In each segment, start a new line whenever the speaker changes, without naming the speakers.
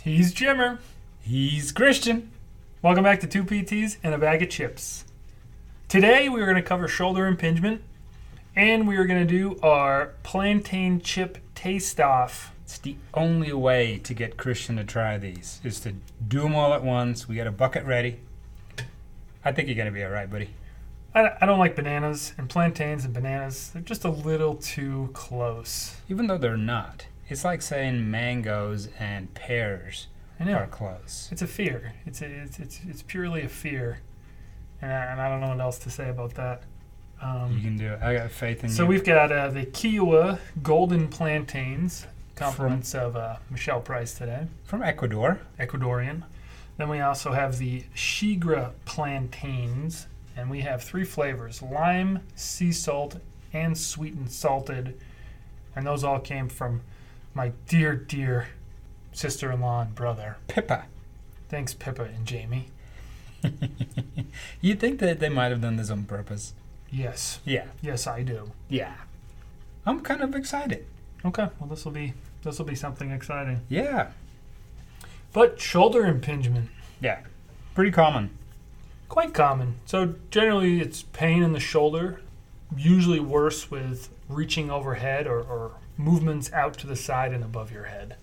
He's Jimmer. He's Christian. Welcome back to Two PTs and a Bag of Chips. Today we are going to cover shoulder impingement and we are going to do our plantain chip taste off.
It's the only way to get Christian to try these is to do them all at once. We got a bucket ready. I think you're gonna be all right, buddy.
I, I don't like bananas and plantains and bananas, they're just a little too close.
Even though they're not, it's like saying mangoes and pears
I
are
know.
close.
It's a fear. It's, a, it's, it's, it's purely a fear. And I, and I don't know what else to say about that. Um,
You can do it. I got faith in
So
you.
we've got uh, the Kiowa Golden Plantains, compliments of uh, Michelle Price today,
from Ecuador.
Ecuadorian. Then we also have the Shigra Plantains, and we have three flavors lime, sea salt, and sweet and salted. And those all came from my dear, dear sister in law and brother.
Pippa.
Thanks, Pippa and Jamie.
You'd think that they might have done this on purpose.
Yes,
Yeah.
yes, I do.
Yeah. I'm kind of excited.
Okay, well, this will be. This will be something exciting.
Yeah.
But shoulder impingement.
Yeah. Pretty common.
quite common. So generally, it's pain in the shoulder, usually worse with reaching overhead or, or movements out to the side and above your head.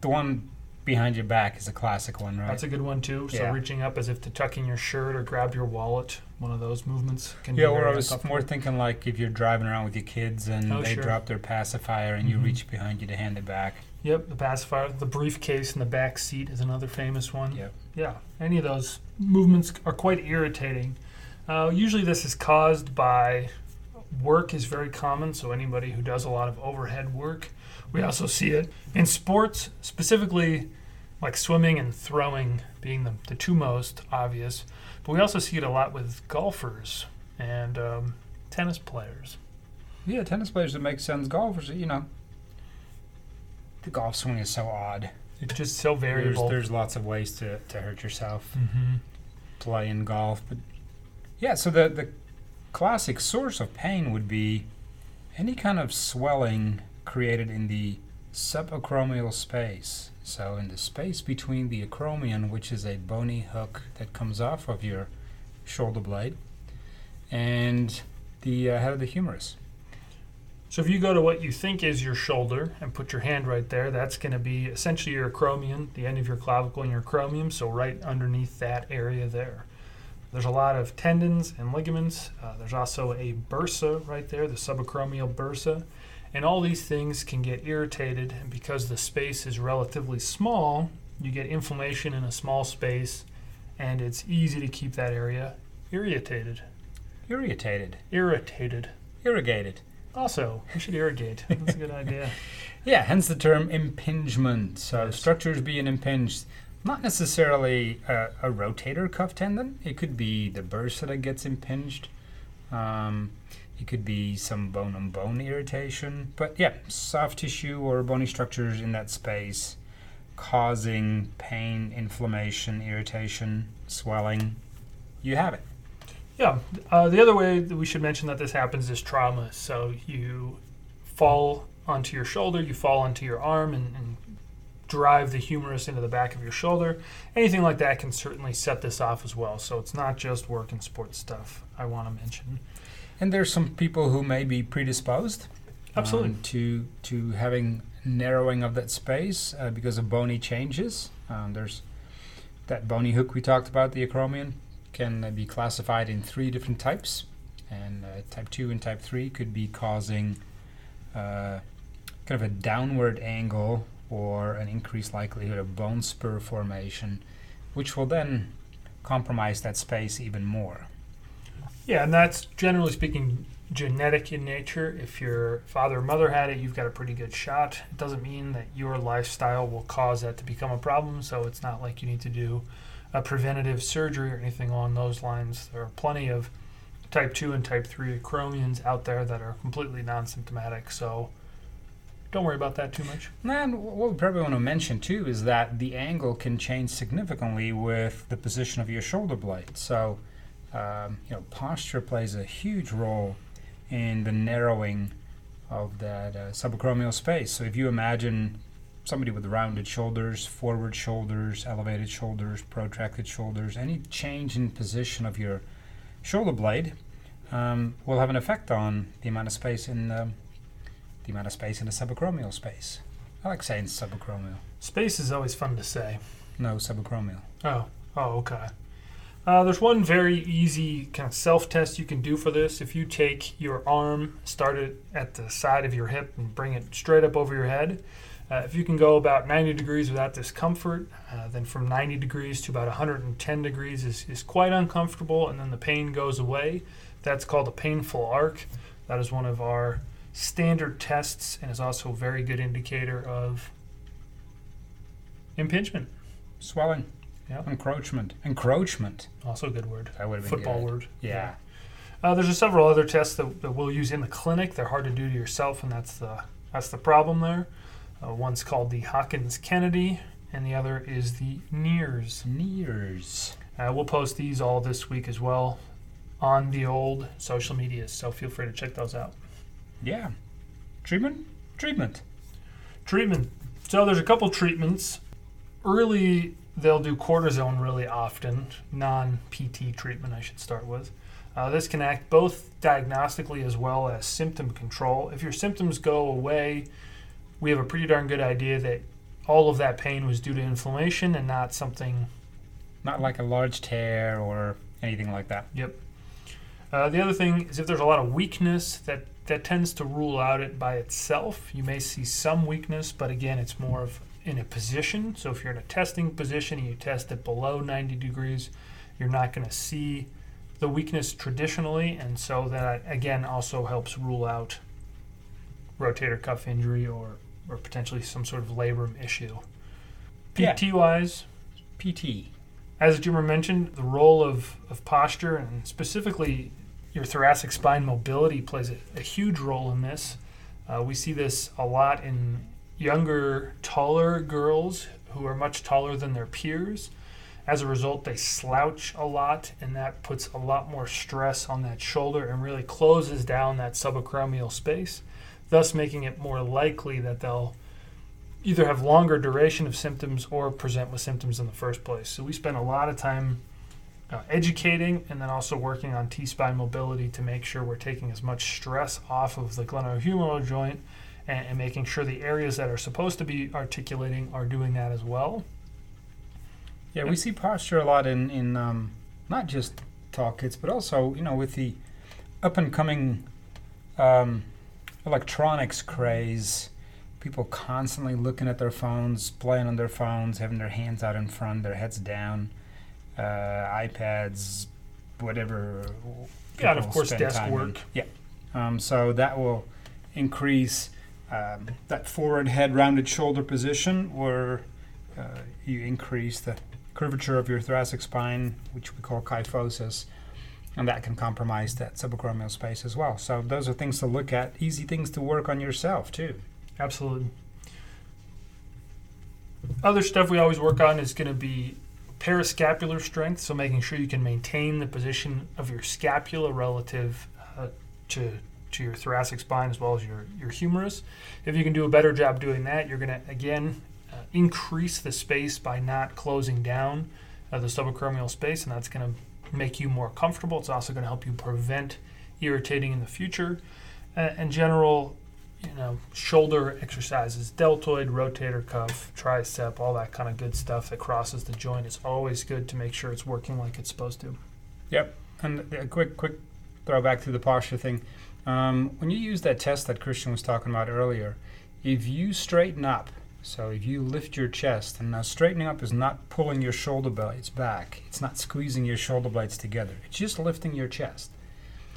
The one behind your back is a classic one, right?
That's a good one too. So
Yeah.
reaching up as if to tuck in your shirt or grab your wallet, one of those movements can
yeah,
be
or
very
I was more
uncomfortable.
thinking like if you're driving around with your kids and
Oh,
they
sure.
drop their pacifier and
Mhm.
you reach behind you to hand it back.
Yep, the pacifier, the briefcase in the back seat is another famous one.
Yep.
Yeah, any of those movements are quite irritating. Uh, usually, this is caused by work is very common. So anybody who does a lot of overhead work, we also see it in sports, specifically like swimming and throwing being the, the two most obvious. But we also see it a lot with golfers and um, tennis players.
Yeah, tennis players that make sense. Golfers, you know, the golf swing is so odd.
It's just so
There's,
variable.
there's lots of ways to, to hurt yourself
hmm
playing golf, but yeah. So the the classic source of pain would be any kind of swelling created in the subacromial space. So in the space between the acromion, which is a bony hook that comes off of your shoulder blade, and the uh, head of the humerus.
So if you go to what you think is your shoulder and put your hand right there, that's going to be essentially your acromion, the end of your clavicle and your acromion, so right underneath that area there. There's a lot of tendons and ligaments. Uh, there's also a bursa right there, the subacromial bursa. And all these things can get irritated, and because the space is relatively small, you get inflammation in a small space, and it's easy to keep that area irritated.
Irritated,
Irritated.
irrigated.
Also, we should irrigate. That's a good idea.
Yeah, hence the term impingement. So
Yes.
structures being impinged, not necessarily a, a rotator cuff tendon. It could be the bursa that gets impinged. Um, it could be some bone on bone irritation. But yeah, soft tissue or bony structures in that space causing pain, inflammation, irritation, swelling. You have it.
Yeah. Uh, the other way that we should mention that this happens is trauma. So you fall onto your shoulder, you fall onto your arm, and, and drive the humerus into the back of your shoulder. Anything like that can certainly set this off as well. So it's not just work and sports stuff I want to mention.
And there's some people who may be predisposed
Absolutely.
um, to to having narrowing of that space uh, because of bony changes. Um, there's that bony hook we talked about, the acromion, can uh, be classified in three different types, and uh, type two and type three could be causing uh, kind of a downward angle or an increased likelihood of bone spur formation, which will then compromise that space even more.
Yeah, and that's generally speaking genetic in nature. If your father or mother had it, you've got a pretty good shot. It doesn't mean that your lifestyle will cause that to become a problem, so it's not like you need to do a preventative surgery or anything along those lines. There are plenty of type 2 and type 3 acromions out there that are completely non symptomatic, so don't worry about that too much.
And what we probably want to mention too is that the angle can change significantly with the position of your shoulder blade. So, um, you know, posture plays a huge role in the narrowing of that uh, subacromial space. So, if you imagine somebody with rounded shoulders, forward shoulders, elevated shoulders, protracted shoulders, any change in position of your shoulder blade um, will have an effect on the amount of space in the, the amount of space in the subacromial space. I like saying subacromial.
Space is always fun to say.
No, subacromial.
Oh, oh, okay. Uh, there's one very easy kind of self test you can do for this. If you take your arm, start it at the side of your hip, and bring it straight up over your head. Uh, if you can go about 90 degrees without discomfort, uh, then from 90 degrees to about 110 degrees is, is quite uncomfortable, and then the pain goes away. That's called a painful arc. That is one of our standard tests and is also a very good indicator of impingement.
Swelling.
Yep.
Encroachment. Encroachment.
Also a good word.
That would have been
Football
good.
word.
Yeah.
Uh, there's a several other tests that, that we'll use in the clinic. They're hard to do to yourself, and that's the that's the problem there. Uh, one's called the Hawkins Kennedy, and the other is the NEARS.
Sneers.
Uh, we'll post these all this week as well on the old social medias, so feel free to check those out.
Yeah. Treatment? Treatment.
Treatment. So there's a couple treatments. Early, they'll do cortisone really often, non PT treatment, I should start with. Uh, this can act both diagnostically as well as symptom control. If your symptoms go away, we have a pretty darn good idea that all of that pain was due to inflammation and not something
Not like a large tear or anything like that.
Yep. Uh, the other thing is if there's a lot of weakness, that that tends to rule out it by itself. You may see some weakness, but again, it's more of in a position. So if you're in a testing position and you test it below 90 degrees, you're not going to see the weakness traditionally, and so that again also helps rule out rotator cuff injury or or potentially some sort of labrum issue.
Yeah.
PT wise,
PT.
as Jimmer mentioned, the role of, of posture and specifically your thoracic spine mobility plays a, a huge role in this. Uh, we see this a lot in younger, taller girls who are much taller than their peers. As a result, they slouch a lot, and that puts a lot more stress on that shoulder and really closes down that subacromial space, thus making it more likely that they'll either have longer duration of symptoms or present with symptoms in the first place. So we spend a lot of time uh, educating and then also working on T spine mobility to make sure we're taking as much stress off of the glenohumeral joint and, and making sure the areas that are supposed to be articulating are doing that as well.
Yeah, we see posture a lot in in um, not just tall kids, but also you know with the up and coming um, electronics craze. People constantly looking at their phones, playing on their phones, having their hands out in front, their heads down, uh, iPads, whatever.
Yeah, and of
people
course
spend
desk
time in.
work.
Yeah, um, so that will increase um, that forward head, rounded shoulder position, where uh, you increase the curvature of your thoracic spine, which we call kyphosis, and that can compromise that subacromial space as well. So those are things to look at, easy things to work on yourself too.
Absolutely. Other stuff we always work on is going to be parascapular strength, so making sure you can maintain the position of your scapula relative uh, to to your thoracic spine as well as your your humerus. If you can do a better job doing that, you're going to again uh, increase the space by not closing down uh, the subacromial space, and that's going to make you more comfortable. It's also going to help you prevent irritating in the future. Uh, in general, you know, shoulder exercises, deltoid, rotator cuff, tricep, all that kind of good stuff that crosses the joint is always good to make sure it's working like it's supposed to.
And a quick, quick throwback to the posture thing. Um, when you use that test that Christian was talking about earlier, if you straighten up, so if you lift your chest, and now straightening up is not pulling your shoulder blades back, it's not squeezing your shoulder blades together, it's just lifting your chest.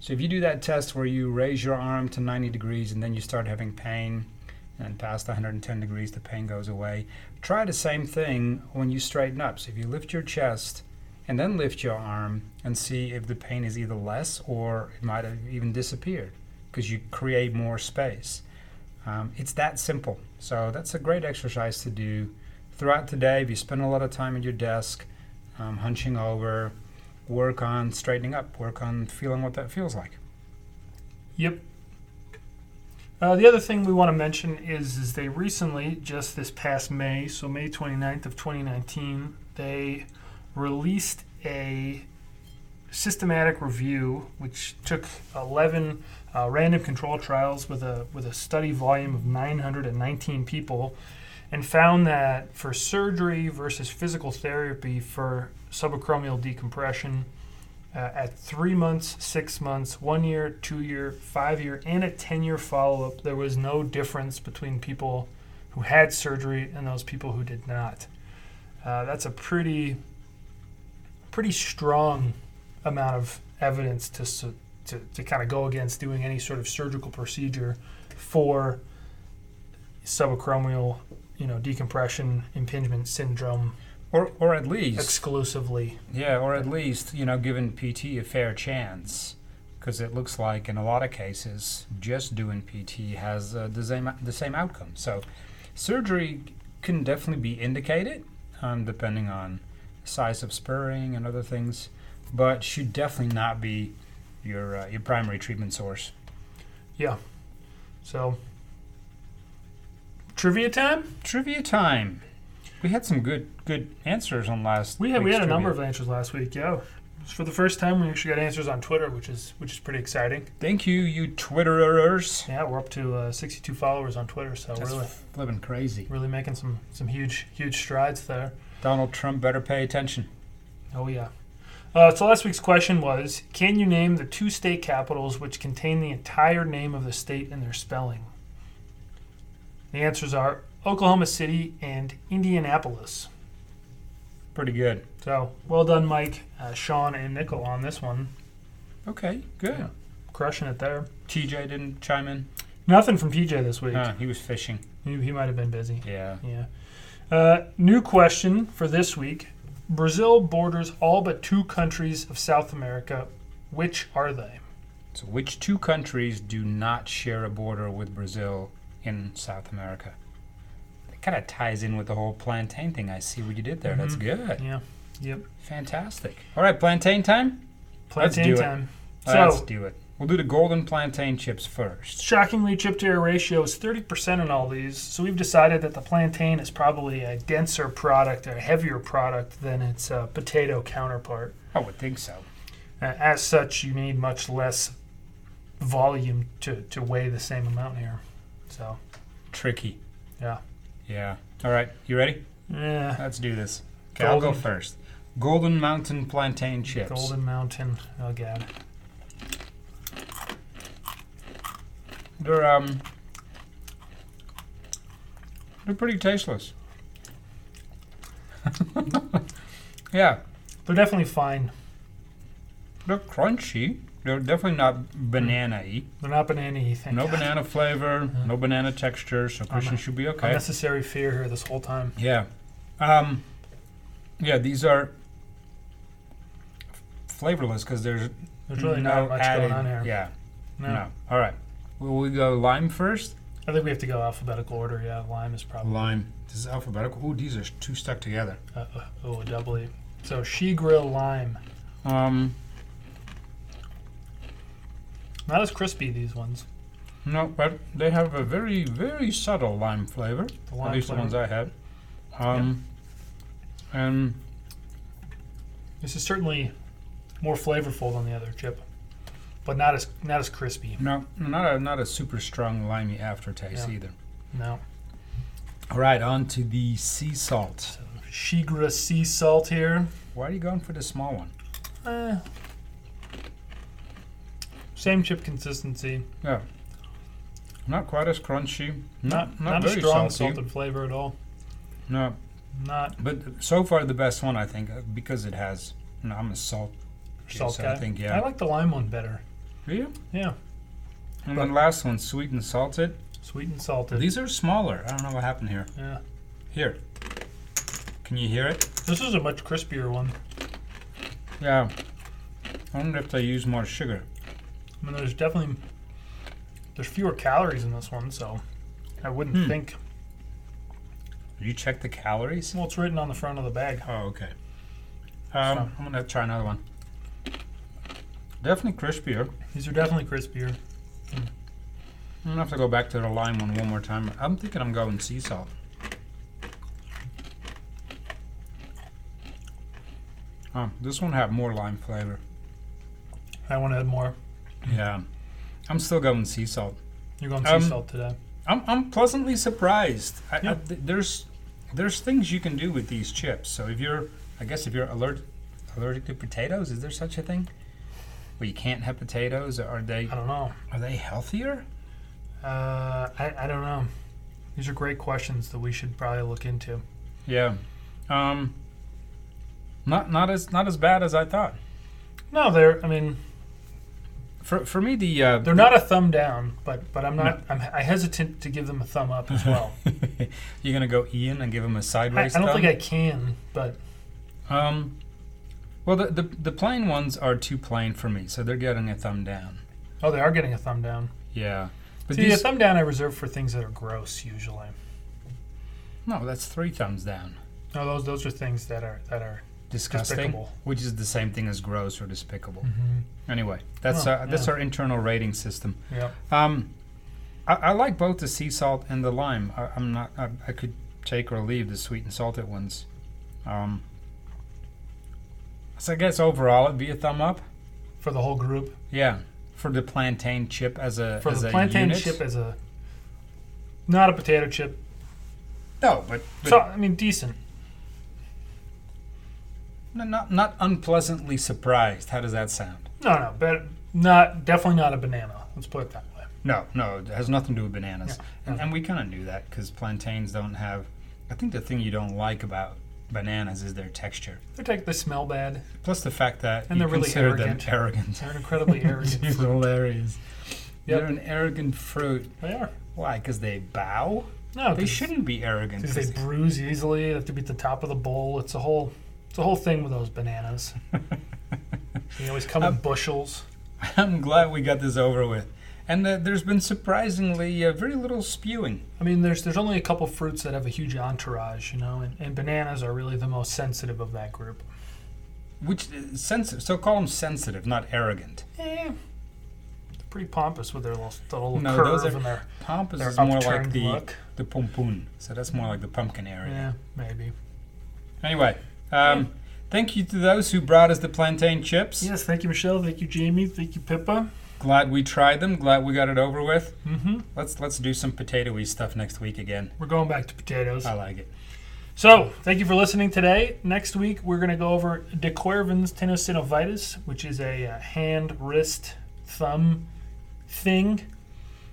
So if you do that test where you raise your arm to 90 degrees and then you start having pain, and past 110 degrees, the pain goes away. Try the same thing when you straighten up. So if you lift your chest and then lift your arm and see if the pain is either less or it might have even disappeared because you create more space. Um, it's that simple. So that's a great exercise to do throughout the day. If you spend a lot of time at your desk, um, hunching over, work on straightening up, work on feeling what that feels like.
Yep. Uh, the other thing we want to mention is, is they recently, just this past May, so May 29th of 2019, they released a systematic review which took 11 uh, random control trials with a with a study volume of 919 people and found that for surgery versus physical therapy for subacromial decompression uh, at three months, six months, one year, two year, five year, and a 10 year follow up, there was no difference between people who had surgery and those people who did not. Uh, that's a pretty, pretty strong amount of evidence to, su- to, to kind of go against doing any sort of surgical procedure for subacromial, you know, decompression impingement syndrome
Or, or at least
exclusively.
Yeah, or at least, you know, giving PT a fair chance. Because it looks like in a lot of cases, just doing PT has uh, the, same, the same outcome. So surgery can definitely be indicated, um, depending on size of spurring and other things, but should definitely not be your, uh, your primary treatment source.
So, trivia time.
Trivia time. We had some good good answers on last.
We had we
week's
had a number
trivia.
of answers last week. Yeah, It was for the first time we actually got answers on Twitter, which is which is pretty exciting.
Thank you, you Twitterers.
Yeah, we're up to uh, 62 followers on Twitter, so
That's
Oh, really
flipping crazy.
really making some some huge huge strides there.
Donald Trump better pay attention.
Oh, yeah. Uh, so last week's question was Can you name the two state capitals which contain the entire name of the state and their spelling? The answers are Oklahoma City and Indianapolis.
Pretty good.
So well done, Mike, uh, Sean, and Nickel on this one.
Okay, good.
Yeah. Crushing it there.
TJ didn't chime in.
Nothing from PJ this week.
Huh, he was fishing.
He, he might have been busy.
Yeah.
Yeah. Uh, new question for this week Brazil borders all but two countries of South America. Which are they?
So, which two countries do not share a border with Brazil in South America? That kind of ties in with the whole plantain thing. I see what you did there. That's
Mhm.
good.
Yeah. Yep.
Fantastic. All right, plantain time? Let's
Plantain
do it.
time.
Let's
So,
do it. We'll do the golden plantain chips first.
shockingly, chip to air ratio is 30% in all these. So, we've decided that the plantain is probably a denser product or a heavier product than its uh, potato counterpart.
I would think so.
Uh, as such, you need much less volume to, to weigh the same amount here. So,
Tricky.
Yeah.
Yeah. All right, you ready?
yeah.
Let's do this. Okay, I'll go
Golden-
first. Golden Mountain plantain chips.
Golden Mountain. Oh, God.
They're um they're pretty tasteless. yeah,
They're definitely fine.
they're crunchy. They're definitely not banana-y.
They're not banana y. Thank
No
God.
banana flavor,
Yeah.
no banana texture, so Christian
not-
should be okay.
Unnecessary fear here this whole time.
Yeah. Um, yeah, these are flavorless because there's
There's really
no
not much
added,
going on here.
Yeah. No.
No.
All right. Will we go lime first?
I think we have to go alphabetical order. Yeah, lime is probably.
Uh, Lime. This is alphabetical. Ooh, these are two stuck together.
Uh, uh, oh, doubly. So she grill lime.
Um,
Not as crispy these ones.
no, but they have a very, very subtle lime flavor.
The lime
at least
flavor.
the ones I had. Um, And
This is certainly more flavorful than the other chip, but not as not as crispy.
no, not a not a super strong limey aftertaste
Yeah.
either.
No.
All right, on to the sea salt.
So Shigra sea salt here.
Why are you going for the small one?
Eh. Same chip consistency.
Not quite as crunchy. Not not,
not, a
very
strong
salty.
salted flavor at all.
No,
Not
but so far the best one I think uh, because it has. No, I'm a salt. kid,
salt
so
guy.
I think yeah.
I like the lime one better.
Do you?
Yeah.
And then last one, sweet and salted.
Sweet and salted.
These are smaller. I don't know what happened here.
yeah.
Here. Can you hear it?
This is a much crispier one.
Yeah. I wonder if they use more sugar.
I mean, there's definitely there's fewer calories in this one, so I wouldn't
Hmm.
think.
Did you check the calories?
Well, it's written on the front of the bag.
Oh, okay. Um,
So-
I'm gonna try another one. Definitely crispier.
These are definitely crispier. Mm.
I'm gonna have to go back to the lime one one more time. I'm thinking I'm going sea salt. Oh, this one had more lime flavor.
I want to add more.
Yeah, I'm still going sea salt.
You're going sea
Um,
salt today.
I'm, I'm pleasantly surprised. I,
Yeah.
I, th- there's there's things you can do with these chips. So if you're, I guess if you're alert, allergic to potatoes, is there such a thing? Well, you can't have potatoes. Are they
I don't know.
are they healthier?
Uh, I, I don't know. These are great questions that we should probably look into.
Yeah. Um. Not not as not as bad as I thought.
No, they're. I mean,
For for me the uh,
they're not a thumb down, but but I'm not. I'm I hesitant to give them a thumb up as well.
you're gonna go Ian and give him
I,
a
I
sideways.
don't think I can, but
I. Um. Well, the, the the plain ones are too plain for me, so they're getting a thumb down.
oh, they are getting a thumb down.
Yeah. But
See,
these,
a thumb down I reserve for things that are gross usually.
No, that's three thumbs down.
No, those those are things that are that are
Disgusting,
despicable.
which is the same thing as gross or despicable.
Mm-hmm.
Anyway, that's
Oh,
uh, that's
yeah.
our internal rating system.
Yeah.
Um, I, I like both the sea salt and the lime. I, I'm not. I, I could take or leave the sweet and salted ones. Um, so I guess overall it'd be a thumb up.
For the whole group,
Yeah, for the plantain chip as a
for
as
the
a
plantain
unit.
chip as a not a potato chip.
No, but, but
So I mean, decent.
no, not not unpleasantly surprised. How does that sound?
No, no, but not definitely not a banana. Let's put it that way.
No, no, it has nothing to do with bananas.
Yeah.
And, and we kind of knew that because plantains don't have. I think the thing you don't like about bananas is their texture.
They take they smell bad.
Plus the fact that
And
you
they're really
consider them arrogant.
They're an incredibly arrogant.
It's hilarious.
Yep.
They're an arrogant fruit.
they are.
Why? Because they bow?
No,
They shouldn't be arrogant.
Because they
'cause-
bruise easily. They have to be at the top of the bowl. It's a whole it's a whole thing with those bananas. they always come
Um,
in bushels.
I'm glad we got this over with. And uh, there's been surprisingly uh, very little spewing.
I mean, there's there's only a couple fruits that have a huge entourage, you know, and, and bananas are really the most sensitive of that group.
Which uh, is sensitive. So call them sensitive, not arrogant.
Eh, they're pretty pompous with their little, their little
No,
curve
those are-
and their,
Pompous
their
is more like
upturned
the,
look.
the pompoon. So that's more like the pumpkin area.
Yeah, maybe.
Anyway, um, thank you to those who brought us the plantain chips.
Yes, thank you, Michelle. Thank you, Jamie. Thank you, Pippa.
Glad we tried them. Glad we got it over with.
Mm-hmm.
Let's let's do some potatoy stuff next week again.
We're going back to potatoes.
I like it.
So, thank you for listening today. Next week, we're going to go over De Quervin's tenosynovitis, which is a uh, hand, wrist, thumb thing.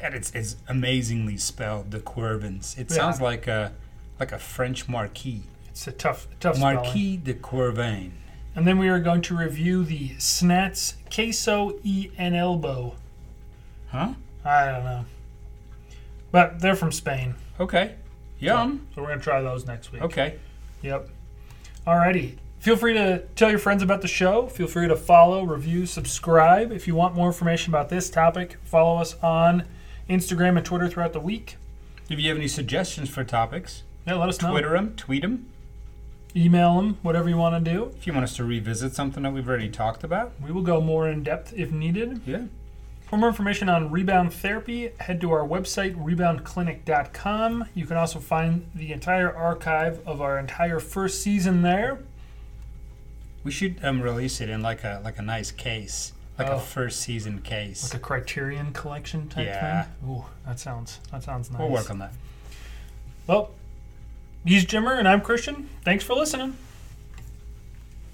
And it's, it's amazingly spelled, the Quervins. It
Yeah.
sounds like a like a French marquis.
It's a tough, tough spelling.
Marquis de Quervain.
And then we are going to review the Snats Queso E and Elbow.
Huh?
I don't know. But they're from Spain.
Okay. Yum.
So we're going to try those next week.
Okay.
Yep. Alrighty. Feel free to tell your friends about the show. Feel free to follow, review, subscribe. If you want more information about this topic, follow us on Instagram and Twitter throughout the week.
If you have any suggestions for topics,
Yeah, let us know.
Twitter them, tweet them.
Email them, whatever you want to do.
If you want us to revisit something that we've already talked about,
We will go more in depth if needed.
yeah.
For more information on rebound therapy, head to our website, reboundclinic.com. You can also find the entire archive of our entire first season there.
We should um, release it in like a like a nice case, like
Oh.
a first season case.
Like a criterion collection type
Yeah.
thing. Ooh, that sounds that sounds nice.
We'll work on that.
Well, he's Jimmer and I'm Christian. Thanks for listening.